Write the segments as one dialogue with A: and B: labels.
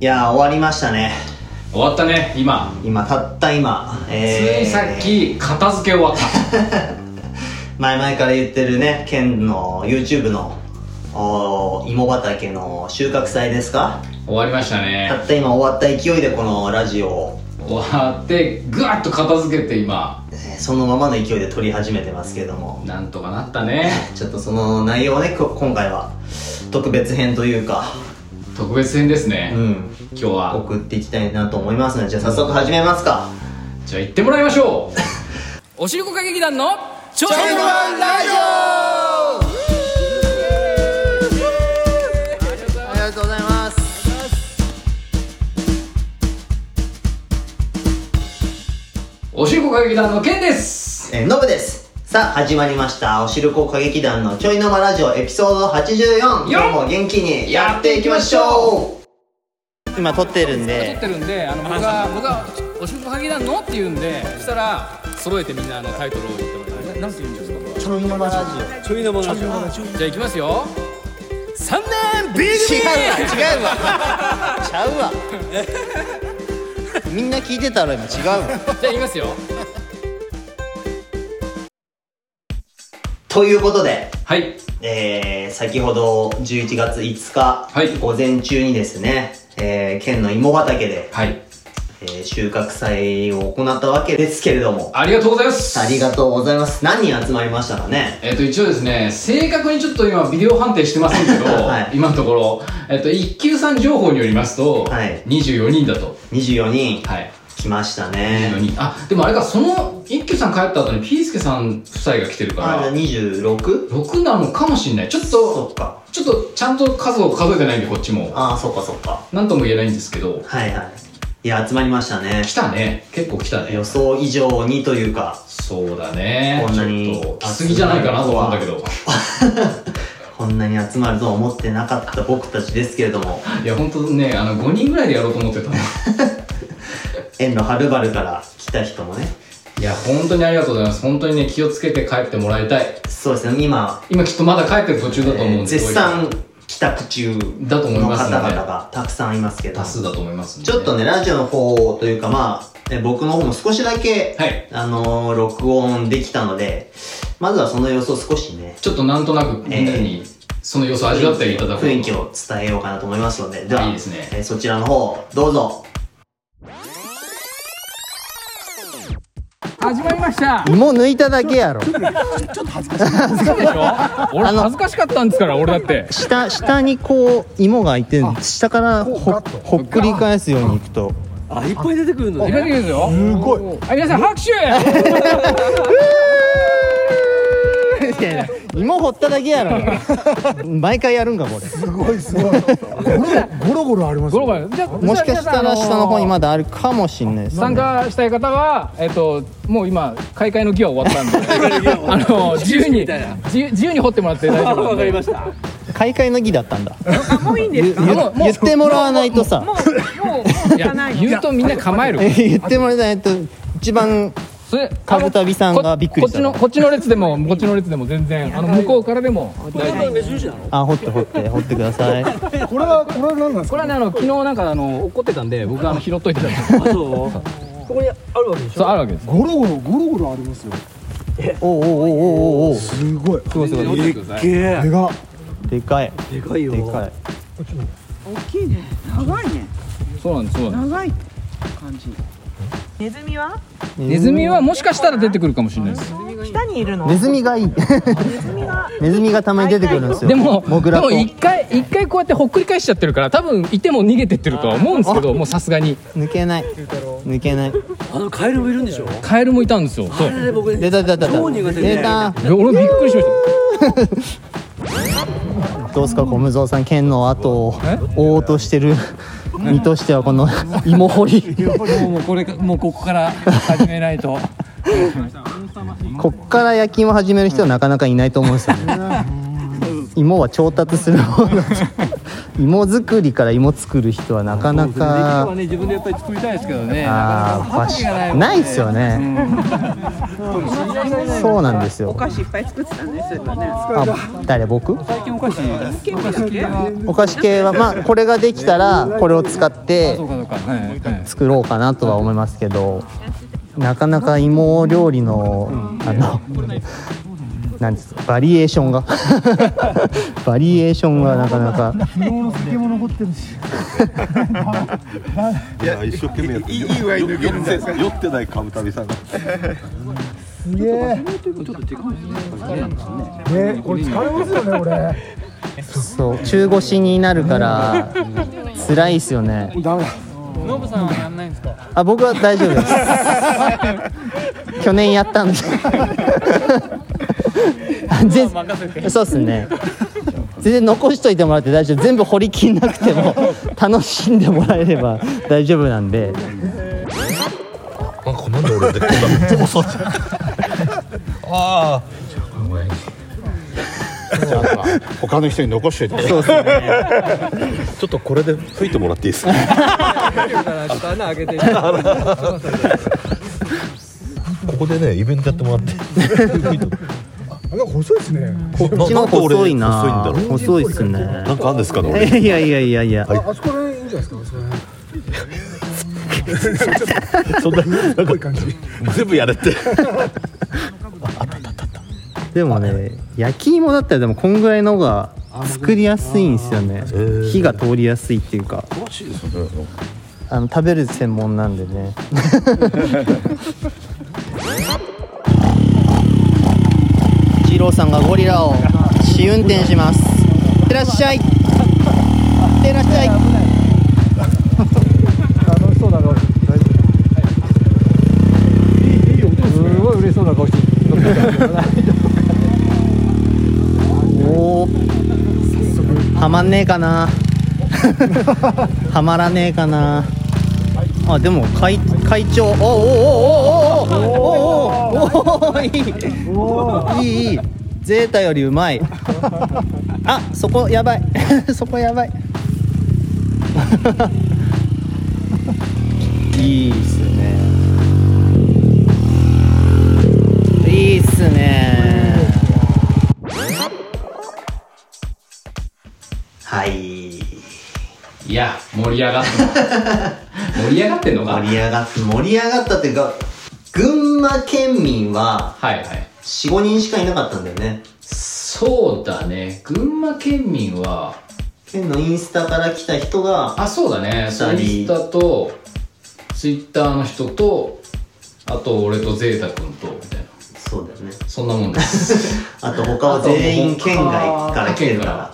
A: いやー終わりましたね
B: 終わったね今
A: 今たった今、
B: ついさっき片付け終わった
A: 前々から言ってるね県の YouTube のおー芋畑の収穫祭ですか
B: 終わりました
A: た
B: ね
A: った今終わった勢いでこのラジオを、
B: 終わってぐわっと片付けて今
A: えーそのままの勢いで撮り始めてますけども
B: なんとかなったね
A: ちょっとその内容をねこ今回は特別編というか
B: 特別編です
A: う
B: ね、
A: ん
B: 今日は
A: 送っていきたいなと思いますのでじゃあ早速始めますか
B: じゃあ行ってもらいましょうおしるこ歌劇団のちょいのワンラジ
A: ありがとうございます
B: オおしるこ歌劇団のケンです
A: えーノブですさあ始まりましたおしるこ歌劇団のちょいのまラジオエピソード84今日も元気にやっていきましょう今撮ってるん
C: 撮っ
A: で
C: てるんであの僕が僕がお仕事かけたのって言うんでそしたら揃えてみんなあのタイトルを言ってもらえますて言うんですか
A: ちょいのまラジオ
C: ちょいのものじゃあいきますよ三年 B
A: 違うわ違うわ ちゃうわみんな聞いてたら今違うわ
C: じゃあいきますよ
A: ということで、
B: はい
A: えー、先ほど11月5日、
B: はい
A: 午前中にですね、えー、県の芋畑で、
B: はい
A: えー、収穫祭を行ったわけですけれども
B: ありがとうございます
A: ありがとうございます何人集まりましたかね
B: えっと一応ですね正確にちょっと今ビデオ判定してませんけ ど、
A: はい
B: 今のところ、えっと一級さん情報によりますと、
A: はい
B: 24人だと
A: 24人
B: はい
A: 来ました
B: 24
A: ね
B: 人あでもあれかその一級さん帰った後にピースケさん夫妻が来てるか
A: あじゃ
B: ら
A: あ 26?
B: 6なのかもしれないちょっ
A: そ
B: と
A: っか
B: ちょっとちゃんと数を数えてないんでこっちも
A: ああそっかそっか
B: 何とも言えないんですけど
A: はいはいいや集まりましたね
B: 来たね結構来たね
A: 予想以上にというか
B: そうだね
A: こんなに
B: ちょっと来すぎじゃないかなと思うんだけど
A: こんなに集まるとは思ってなかった僕たちですけれども、
B: いや本当ねあの5人ぐらいでやろうと思ってたの
A: 遠路はるばるから来た人もね、
B: いや、本当にありがとうございます。本当にね、気をつけて帰ってもらいたい。
A: そうですね、今、
B: 今きっとまだ帰ってる途中だと思うん
A: えー
B: で、
A: 絶賛帰宅中
B: だと思い
A: の
B: ま
A: 方
B: すね
A: 々がたくさんいますけど、
B: 多数だと思いますんで
A: ちょっとね、ラジオの方というか、まあ、ね僕の方も少しだけ、
B: はい
A: あのー録音できたので、まずはその様子を少しね、
B: ちょっとなんとなくみんなにその様子を味わっていただこうと
A: 雰囲気を伝えようかなと思いますので、では、
B: いいですね。
A: えーそちらの方、どうぞ。
C: 始まりました
A: 芋抜いただけやろ。
C: でしょ俺恥ずかしかったんですから俺だって
A: 下下にこう芋が開いてる下からほほっくり返すようにいくと
C: いらっしゃいますよすごいあ皆さ ん拍手
A: いやいや芋掘っただけや ろ毎回やるんかこれ
D: すごいすごい。ゴロゴロゴロあります
C: ゴ
D: よ。
C: ロゴロじゃあ
A: もしかしたら
C: 皆さんあ
A: 下の方にまだあるかもしんないです
C: 参加したい方は、えっと、もう今開会の儀は終わったんであの自由に自由自由に掘ってもらって大丈夫なんで
A: 開会の儀だったんだ
E: もういいんですか。
C: あもうもう
A: 言ってもらわないとさ
E: もう、もう、もう聞かないの。
C: 言うとみんな構える
A: 言ってもらわないと一番
C: それ
A: カブタビさんがびっくりした
C: ここっちのこっちの列でもこっちの列でも全然あの向こうからでも
A: あ掘って掘って掘ってくだ さい
D: これはこれは何なんです
C: こ
D: か。
C: れはねあの昨日なんかあの怒ってたんで僕あの拾っといてたんですそうここにあるわけでしょ
D: ゴロゴロゴロゴロありますよ。
A: おうおうおうおうおう
D: すごい。
C: そうあるわけですそうそうそう
D: でが
A: でかいでかいよでかい
E: 大きいね。長いね。
C: そうなんですそうなんで
E: 長い感じ。ネズミは
C: すネズミはもしかしたら出てくるかもしれないです
E: 北にいるの。
A: ネズミがいいネズミがたまに出てくるんですよ
C: でも
A: モグ
C: で
A: ラと
C: も一回一回こうやってほっくり返しちゃってるから多分いても逃げてってるとは思うんですけどもうさすがに
A: 抜けない抜けない
C: カエルもいたんですよそう
A: 出た出た出た出た
C: いや俺もびっくりしまし
A: どうすか小無造さん剣の後を
C: え
A: 追おうとしてる身としてはこの芋掘り
C: たもうこれもうここから始めないと
A: こっから焼き芋始める人はなかなかいないと思うんですよね
F: 芋は調達する方の芋作りから芋作る人はなかなか
B: ね自分でやっぱり作りたいですけどね
F: あー場所ないですよねそうなんです
E: お
F: よ
E: 菓子いっぱい作ってたんですよね。
F: あ誰僕
B: 最近お菓子
E: 結構好き
F: お菓子系はまあこれができたらこれを使って
B: そうかそうかはいはい
F: 作ろうかなとは思いますけどなかなか芋料理のあのなんですかバリエーションが バリエーションがなかなか
D: 昨日の酒も残ってるし
G: いや一生懸命やっていい具合に抜けるんですか酔ってないカムタビさんが
D: すげえねこれ疲れますよねこれ
F: そう中腰になるから辛いですよね
D: ダメだ
F: あ僕は大丈夫です去年やったんであ全そうっすね全然残しといてもらって大丈夫全部掘り切んなくても楽しんでもらえれば大丈夫なんで
G: なんかなんで俺ってこんなめっちゃ細い ああ他の人に残しといてそうですねちょっとこれで吹いてもらっていいですかここでねイベントやってもら って
D: なんか細いですね
F: こっちの
G: んで俺
F: 細いな
G: 細いんだろ
F: 細いっすね
G: うなんかあるんですかね俺
F: いやいやいやいや
D: ああそこら辺いいんじゃないですかその辺
G: そんななんか全部やれって
F: でもね焼き芋だったらでもこんぐらいの方が作りやすいんですよね
G: ー
F: 火が通りやすいっていうかあの食べる専門なんで ね二郎さんがゴリラを試運転しますいってらっしゃいいってらっしゃい
D: 楽しそうだな大丈夫すごい嬉しそうな顔して
F: おおはまんねえかな はまらねえかなあでも会会長おおおーおーおーおーおーおーおーおーいいいいいいゼータよりうまいあそこやばい そこやばいいいっすねいいっすね
A: はい
B: いや盛り上がって盛り上がってんのかは
A: 盛
B: い
A: り上がっ盛り上がったっていうか群馬県民は
B: はい
A: 45人しかいなかったんだよね
B: そうだね群馬県民は
A: 県のインスタから来た人が
B: あそうだね
A: 人
B: インスタとツイッターの人とあと俺とゼータ君とみたいな
A: そうだよね
B: そんなもんです
A: あと他は全員県外から来てるから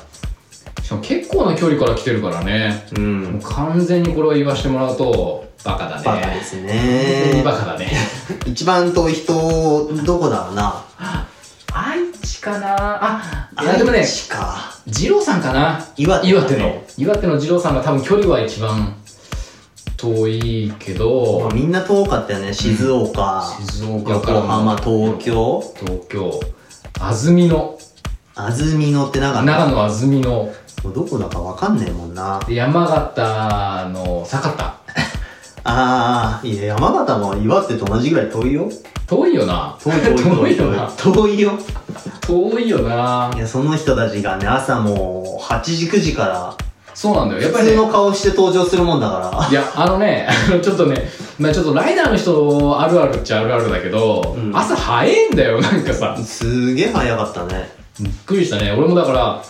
B: しかも結構な距離から来てるからね
A: う
B: もうん完全にこれは言わしてもらうとバカだね
A: バカです
B: 本当に
A: ね
B: バカだね
A: 一番遠い人どこだろうな
B: 愛知かなあいやでもね
A: 愛知か
B: 二郎さんかな
A: 岩手
B: 岩手の岩手の二郎さんが多分距離は一番遠いけ
A: ま
B: ど
A: あみんな遠かったよね静岡
B: 静岡から
A: 横浜東京
B: 東京安曇野
A: 安曇野って長
B: 長
A: 野
B: 野安曇野
A: もうどこだかわかんねえもんな
B: で山形の酒田
A: ああいや山形も岩手と同じぐらい遠いよ
B: 遠いよな
A: 遠い遠い遠
B: 遠
A: い
B: いよな
A: 遠いよ
B: 遠いよない
A: やその人たちがね朝もう8時9時か
B: そうなんだよや
A: ら
B: っぱり
A: 普
B: ね
A: 通の顔して登場するもんだか
B: いやあのねあのちょっとねまあちょっとライダーの人あるあるっちゃあるあるだけど、
A: うん
B: 朝早いんだよなんかさ
A: ら すげえ早かったね
B: びっくりしたね俺もだから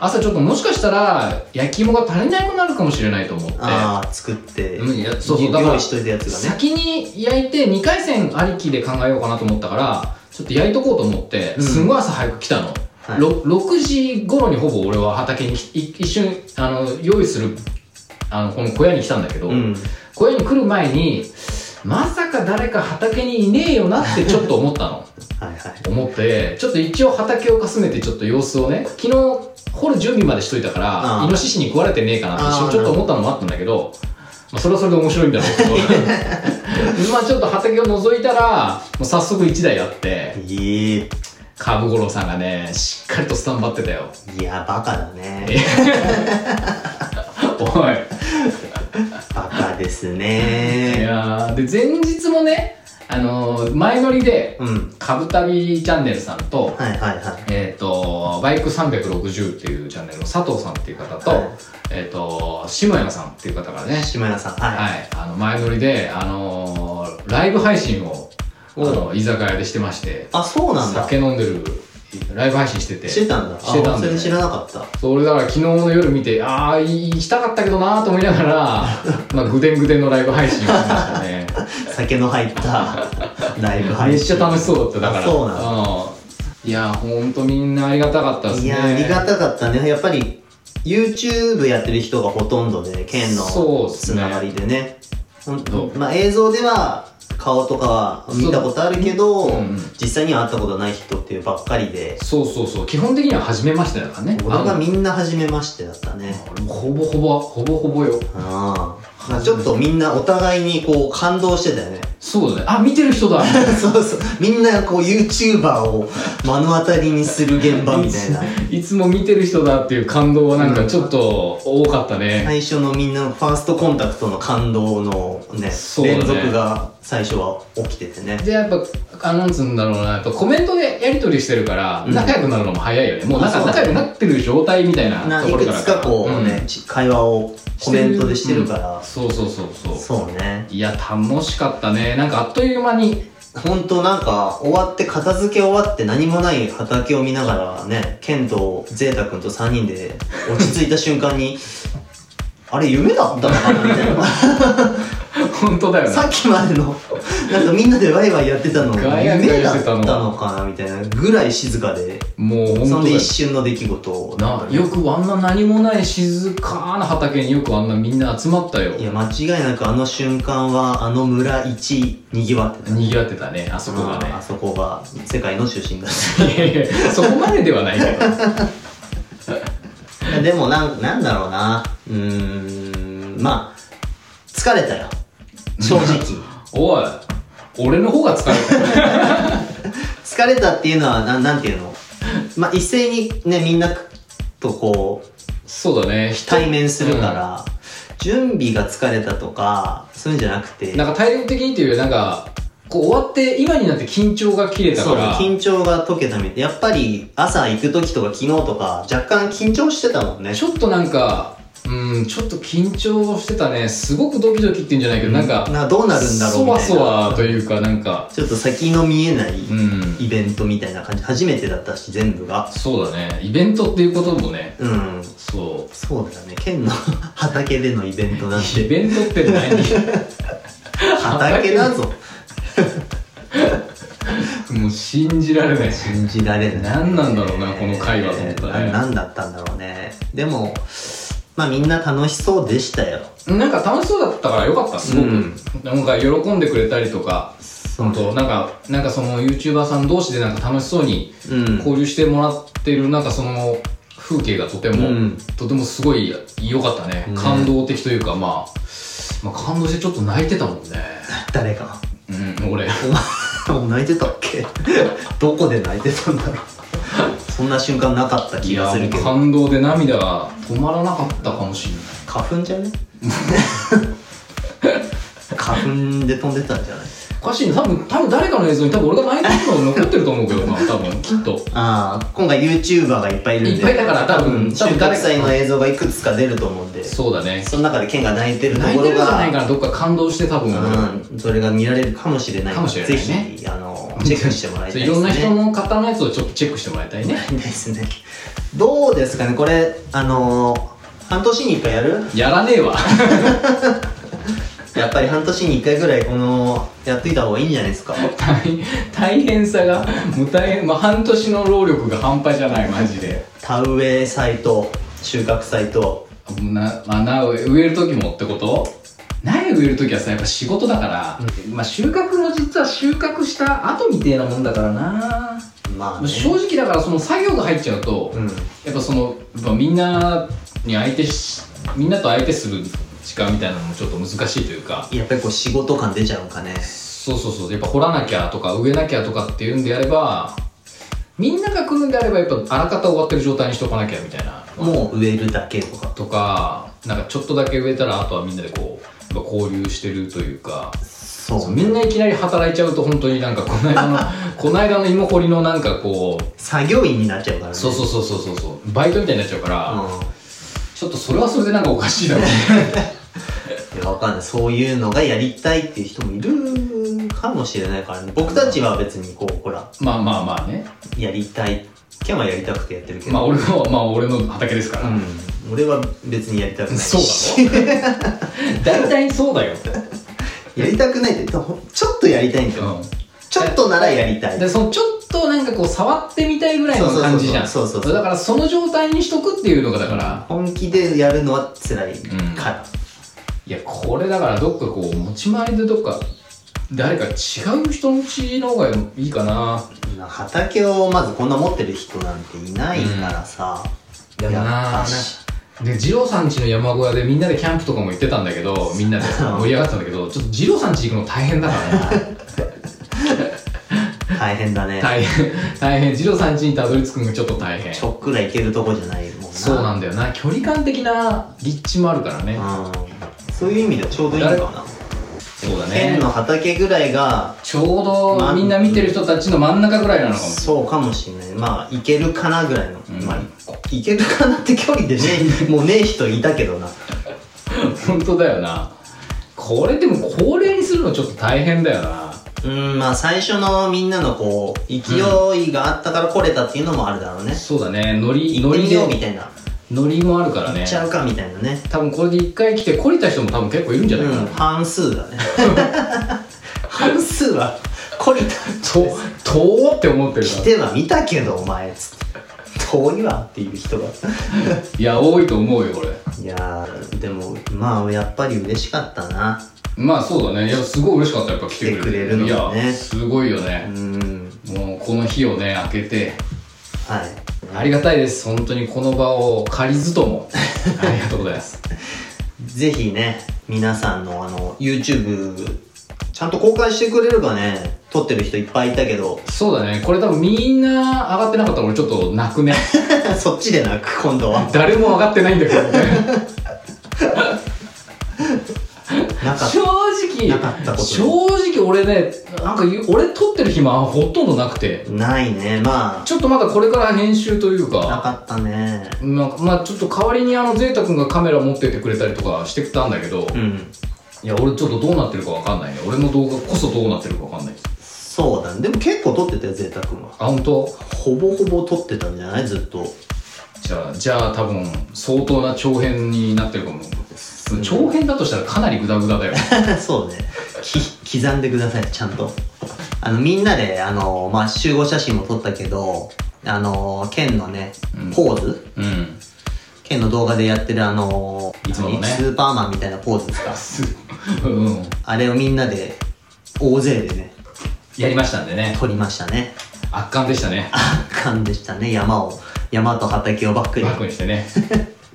B: 朝ちょっともしかしたら焼き芋が足りなくなるかもしれないと思って
A: ああ作って
B: うんいやそうそうだから
A: 用意しといたやつがね
B: 先に焼いて2回戦ありきで考えようかなと思ったからちょっと焼いとこうと思って、
A: うん
B: すごい朝早く来たの、
A: はい
B: ろ6時頃にほぼ俺は畑にい一瞬あの用意するあのこの小屋に来たんだけど、
A: うん
B: 小屋に来る前にまさか誰か畑にいねえよなってちょっと思ったの
A: はいはい
B: 思ってちょっと一応畑をかすめてちょっと様子をね昨日掘る準備までしといたから、
A: うん
B: イノシシに食われてねえかなって一
A: あー
B: 瞬ちょっと思ったのもあったんだけど、まあ、それはそれで面白いんだろうけど まあちょっと畑を覗いたらもう早速1台あって
A: いい
B: カブ五郎さんがねしっかりとスタンバってたよ
A: いやバカだね
B: おい
A: バカです
B: い
A: ね
B: やーで前日もねあのー前乗りで
A: うん
B: 「カブ旅チャンネル」さんと、
A: はいはいはい
B: えっ、と、バイク360っていうチャンネルの佐藤さんっていう方と、
A: はい
B: えっ、と、下山さんっていう方がね、
A: 島屋さんはい、
B: はい、あの、前乗りで、あのーライブ配信を、あの、居酒屋でしてまして、
A: あそうなんだ
B: 酒飲んでる、ライブ配信してて。
A: してたんだ
B: してた
A: あ
B: ん
A: そ
B: で、
A: れ
B: ね。
A: 知らなかった
B: そう、俺だから昨日の夜見て、ああ、い行きたかったけどなーと思いな がら、まあ、ぐでんぐでんのライブ配信をしましたね。
A: 酒の入 ったライブ配信
B: めっちゃ楽しそうだった、だから。
A: あそうなんだ
B: うんいやー、ほんとみんなありがたかったです
A: い
B: ね。
A: やありがたかったねやっぱり YouTube やってる人がほとんどで県
B: そう
A: の
B: っ
A: つ
B: すね
A: ながりでねほん
B: そう
A: まあ、映像では顔とかは見たことあるけど、
B: そううんうん
A: 実際には会ったことない人っていうばっかりで
B: そうそうそう基本的には初めましてだからね
A: 俺が
B: あの
A: みんな初めましてだったね
B: ほぼほぼほぼほぼよ
A: ああまあちょっとみんなお互いにこう感動してたよね
B: そうだねあ見てる人だ
A: そうそうみんなこう YouTuber を目の当たりにする現場みたいな
B: いつも見てる人だっていう感動はなんかちょっと多かったね、
A: 最初のみんなのファーストコンタクトの感動のね
B: そうだね
A: 連続が最初は起きててね
B: でやっぱあなんつうんだろうなやっぱコメントでやり取りしてるから
A: うん
B: 仲良くなるのも早いよね、もう
A: あ
B: なん
A: そ
B: か
A: うだね
B: 仲良くなってる状態みたいな
A: な
B: と
A: い
B: ころ
A: く
B: から
A: つかこうね、
B: ん
A: ち会話をコメントでしてるから
B: うん、そうそうそうそう
A: そうね
B: いや楽しかったねなんかあっという間に
A: ほんとなんか終わって片付け終わって何もない畑を見ながらねケンとゼータ君と3人で落ち着いた瞬間 にあれ夢だったのかなみたいな
B: 本当だよね
A: さっきまでのなんかみんなでワイワイやってたの
B: ガヤガ
A: 夢
B: ヤ
A: だ
B: して
A: った
B: の
A: たのかなみたいなぐらい静かで
B: もう本
A: そ
B: 当
A: ん
B: だ
A: で
B: よ
A: 一瞬の出来事だった
B: な
A: ね
B: よくあんな何もない静かな畑によくあんなみんな集まったよ
A: いや間違いなくあの瞬間はあの村一にぎわってたね
B: にぎわってたねあそこがね
A: あそこが世界の中心だし
B: いやいやそこまでではないけど
A: でもなんなんだろうなうーんまあ疲れたよ正 直
B: おい俺の方が疲れた
A: 疲れたっていうのはなんなんていうのまあ一斉にねみんなとこう
B: そうだね人
A: 対面するから、準備が疲れたとかそういうんじゃなくて
B: なんか体力的にというよりなんかこう終わって今になって緊張が切れた
A: そう
B: から
A: 緊張が解けたみたいやっぱり朝行く時とか昨日とか若干緊張してたもんね
B: ちょっとなんかうんちょっと緊張してたねすごくドキドキっていうんじゃないけど、なんか
A: などうなるんだろうみ
B: そわ
A: たい
B: そ
A: な
B: わというかなんか
A: ちょっと先の見えない
B: うん
A: イベントみたいな感じ初めてだったし全部が
B: そうだねイベントっていうこともね
A: うん
B: そう
A: そうだよね県の 畑でのイベントなん
B: イ
A: て
B: ベントって何
A: 畑だぞ
B: もう信じられない
A: 信じられない
B: 何なんだろうなこの会話と思ったね
A: な何だったんだろうねでもまあみんな楽しそうでしたよ
B: なんか楽しそうだったからよかったすごく、
A: うん
B: なんか喜んでくれたりとか
A: そ
B: 本当なんかなんかその YouTuber さん同士でなんか楽しそうに
A: うん
B: 交流してもらってるなんかその風景がとても、
A: うん
B: とてもすごい良かったね、
A: ね
B: 感動的というか、まあ、まあ感動してちょっと泣いてたもんね
A: 誰か
B: うん 俺
A: お前泣いてたっけどこで泣いてたんだろうそんな瞬間なかった
B: い
A: 気が
B: や
A: するけど
B: 感動で涙が止まらなかったかもしれない
A: 花粉じゃ ね花粉で飛んでたんじゃない
B: おかしいね多分多分誰かの映像に多分俺が泣いてるのが残ってると思うけどな多分きっと
A: ああ今回 YouTuber がいっぱいいるんで
B: いっぱいだから多分多
A: 収
B: 分
A: 穫
B: 誰か
A: 祭の映像がいくつか出ると思うんでそ
B: そうだね
A: の中でケンが泣いてると
B: 泣い
A: こ
B: て
A: ろ
B: るんじゃないか
A: が
B: などっか感動して多分、
A: うん、それが見られるかもしれない
B: かもしれないね
A: ぜひあのチェックしてもらいた
B: そ
A: いうで
B: い
A: すね
B: ろんな人の方のやつをちょっとチェックしてもらいたいね
A: ですねどうですかねこれあのー半年に1回やる
B: やらねえわ
A: やっぱり半年に1回ぐらいこのやっといた方がいいんじゃないですか
B: 大大変さがもう大変、まあ、半年の労力が半端じゃないマジで
A: 田植え祭と収穫祭と
B: な、まあ、苗を植える時もってこと苗植える時はさやっぱ仕事だから、まあ収穫も実は収穫した後みてえなもんだからな
A: まあ
B: まあ
A: ね
B: 正直だからその作業が入っちゃうと、
A: うん
B: やっぱそのやっぱみんなに相手しみんなと相手する時間みたいなのもちょっと難しいというか
A: やっぱりこう仕事感出ちゃうんかね
B: そうそうそうやっぱ掘らなきゃとか植えなきゃとかっていうんでやればみんなが来るんであればやっぱあらかた終わってる状態にしとかなきゃみたいな
A: もう植えるだけとか
B: とかなんかちょっとだけ植えたらあとはみんなでこうやっぱ交流してるというか
A: そう
B: みんないきなり働いちゃうと本当になんかこの間のこの間の芋掘りのなんかこう
A: 作業員になっちゃうからね
B: そうそうそうそうそうそうバイトみたいになっちゃうから、
A: うん
B: ちょっとそれはそれでなんかおかしいだろうね
A: いや、わかんない。そういうのがやりたいっていう人もいるかもしれないからね。僕たちは別にこう、ほら、
B: まあまあまあね
A: やりたい。キャンはやりたくてやってるけど。
B: まあ俺のまあ俺の畑ですから、
A: うん。俺は別にやりたくないし。
B: そうだろ大体そうだよ、
A: やりたくないって、ほんちょっとやりたいんだよ。
B: う
A: ちょっとならやりたい。
B: ん、でそのちょっとなんかこう触ってみたいぐらいの感じじゃん
A: そうそうそうそうそうそうそう
B: だからその状態にしとくっていうのがだから、
A: 本気でやるのは辛いから。
B: いやこれだからどっかこう持ち回りでどっか誰か違う人の家の方がいいかな
A: 畑をまずこんな持ってる人なんていないからさ。
B: やだ
A: や
B: な
A: っぱね
B: で二郎さん家の山小屋でみんなでキャンプとかも行ってたんだけどみんなで盛り上がってたんだけどちょっと二郎さん家行くの大変 だからね
A: 大変だね。
B: 大変大変二郎さん家にたどり着くのがちょっと大変
A: ちょっくらいけるとこじゃないもんな。
B: そうなんだよな距離感的な立地もあるからね、
A: うんそういう意味ではちょうどいいのかな。
B: そうだね
A: 県の畑ぐらいが、
B: ちょうどみんな見てる人たちの真ん中ぐらいなのかもし
A: そうかもしれない。まあ、いけるかなぐらいの。
B: ん
A: まあ、いけるかなって距離でね、もうねえ人いたけどな。
B: れない本当だよなこれでも高齢にするのちょっと大変だよな
A: うん、まあ、最初のみんなのこう、勢いがあったから来れたっていうのもあるだろうね。
B: そうだねノリ
A: 行っ
B: ノ
A: て
B: リ
A: みようみた
B: で
A: いな。
B: ノリもあるから
A: 行
B: ね
A: っちゃうかみたいなね。
B: 多分これで一回来て懲りた人も多分結構いるんじゃないかな、
A: うん、半数だね。半数は、来れた。
B: と遠って思ってるか
A: 来
B: ら
A: ては見たけど、お前、つって。遠いわっていう人が。
B: いや多いと思うよこれ
A: いやー、でも、まあ、やっぱり嬉しかったな。
B: まあそうだねいやすごい嬉しかったやっぱ来てくれる
A: 来てくれるのがね
B: いやすごいよ
A: う
B: ね、
A: ん、
B: もうこの日をね開けて
A: はい。
B: ありがたいです本当にこの場を借りず ともありがとうございます
A: ぜひね、皆さんのあの、YouTube、ちゃんと公開してくれればね、撮ってる人いっぱいいたけど、
B: そうだねこれ多分みんな上がってなかったら俺ちょっと泣くね
A: そっちでなく、今度は。
B: 誰も上がってないんだけどね
A: なかっ
B: 正直
A: なかったこと
B: 正直俺ねなんかゆ俺撮ってる暇はほとんどなくて
A: た。ないね、まあ、
B: ちょっとまだこれから編集という
A: な
B: か
A: かったね。
B: なんかまあちょっと代わりにあのゼータ君がカメラ持っててくれたりとかしてきたんだけど、
A: うん。
B: いや俺ちょっとどうなってるかわかんないね俺の動画こそどうなってるかわかんない
A: そうだね。でも結構撮ってたよ、贅沢は。
B: あ本当
A: ほぼほぼ撮ってたんじゃないずっと。
B: じゃあじゃあ多分相当な長編になってるかも長編だとしたらかなりグダグダだよ
A: そうね。き、刻んでください、ちゃんと。あの、みんなで、あの、まあ、集合写真も撮ったけど、あの、県のね、ポーズ、
B: うん
A: 県の動画でやってるあの
B: いつものね
A: スーパーマンみたいなポーズですか
B: うん
A: あれをみんなで大勢でね
B: やりましたんでね
A: 撮りましたね
B: 圧巻でしたね
A: 圧巻でしたね山を山と畑をバックに
B: バックにしてね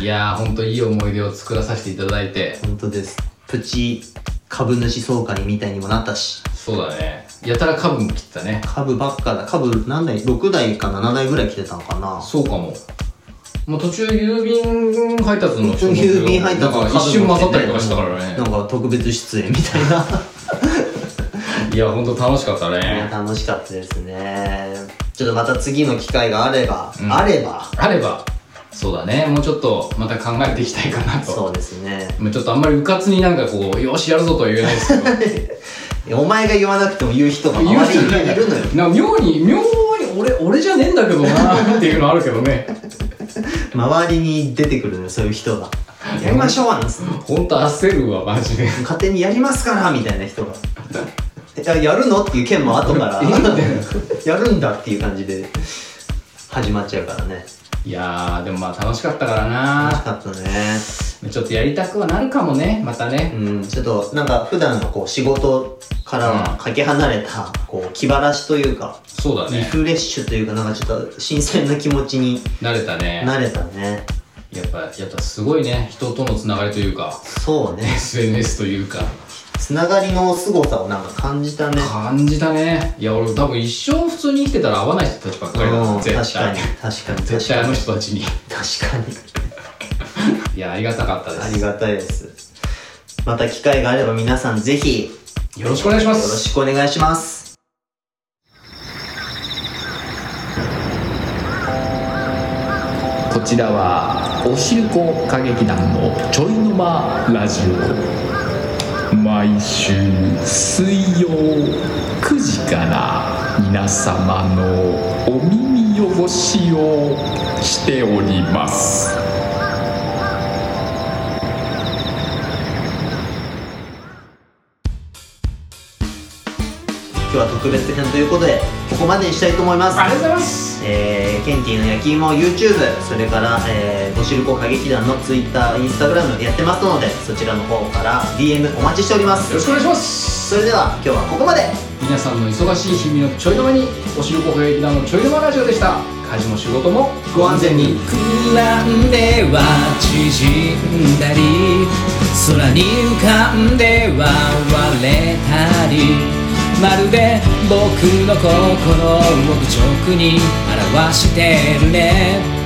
B: いやーほんといい思い出を作らさせていただいて
A: 本当ですプチ株主総会みたいにもなったし
B: そうだねやたら株も切ったね
A: 株ばっかだ株何台6台か7台ぐらい来てたのかな
B: そうかももう途中郵便配達の人も
A: 郵便配達
B: なんか一瞬混ざったりとかしたからね
A: なんか特別出演みたい ない
B: やほんと楽しかった
A: いや
B: ね
A: 楽しかったですねちょっとまた次の機会があれば、
B: うん
A: あれば
B: あればそうだねもうちょっとまた考えていきたいかなと
A: そうですね
B: まあちょっとあんまりうかつになんかこうよしやるぞとは言えないです けど
A: お前が言わなくても言う人が周
B: 言う
A: り
B: 人
A: に
B: いない
A: いるのよ。
B: なんか妙に妙に俺俺じゃねえんだけどなっていうのあるけどね
A: 周りに出てくるのよ、そういう人が。やりましょうなんつって
B: ほんと焦るわマジで
A: 勝手にやりますからみたいな人が。 いややるのっていう件も後 から、やるんだっていう感じで始まっちゃうからね。
B: いやーでもまあ楽しかったから
A: 楽しか
B: な
A: ったね。
B: ちょっとやりたくはなるかもねまたね
A: うん、ちょっとなんか普段のこう仕事からはかけ離れた、こう気晴らしというか、
B: そうだ
A: リ
B: ね
A: フレッシュというか、なんかちょっと新鮮な気持ちに
B: 慣れたね
A: なれたね。
B: やっぱやっぱすごいね人とのつながりというか
A: そうね。
B: SNS というか
A: つつながりの凄さをなんか感じたね
B: 感じたねいや俺多分一生普通に生きてたら会わない人たちばっかりだ
A: う
B: なん絶対
A: 確かに確かに確
B: 絶対あ
A: か
B: の
A: に
B: 人たちに
A: 確かに
B: いやありがたかったで
A: あ
B: す
A: りがたいですまた機会があれば皆さんぜひよ
B: よろしくお願いしま
A: ろ
B: す
A: しくお願いします
H: こちらはおしるこ歌劇団のちょいの間ラジオ毎週水曜9時から皆様のお耳汚しをしております。
A: 今日は特別編ということでここまでにしたいと思います
B: ありがとうございます
A: えーケンティの焼き芋 YouTube それから、えー、ごしるこ歌劇団の Twitter、Instagram やってますのでそちらの方から DM お待ちしておりま
B: よろ
A: す
B: しくお願いします
A: それでは今日はここまで
B: 皆さんの忙しい日々のちょいの間におしるこ歌劇団のちょいの間ラジオでした家事も仕事もご安全に
I: 膨らんでは縮んだり空に浮かんでは割れたりまるで僕の心を直に表してるね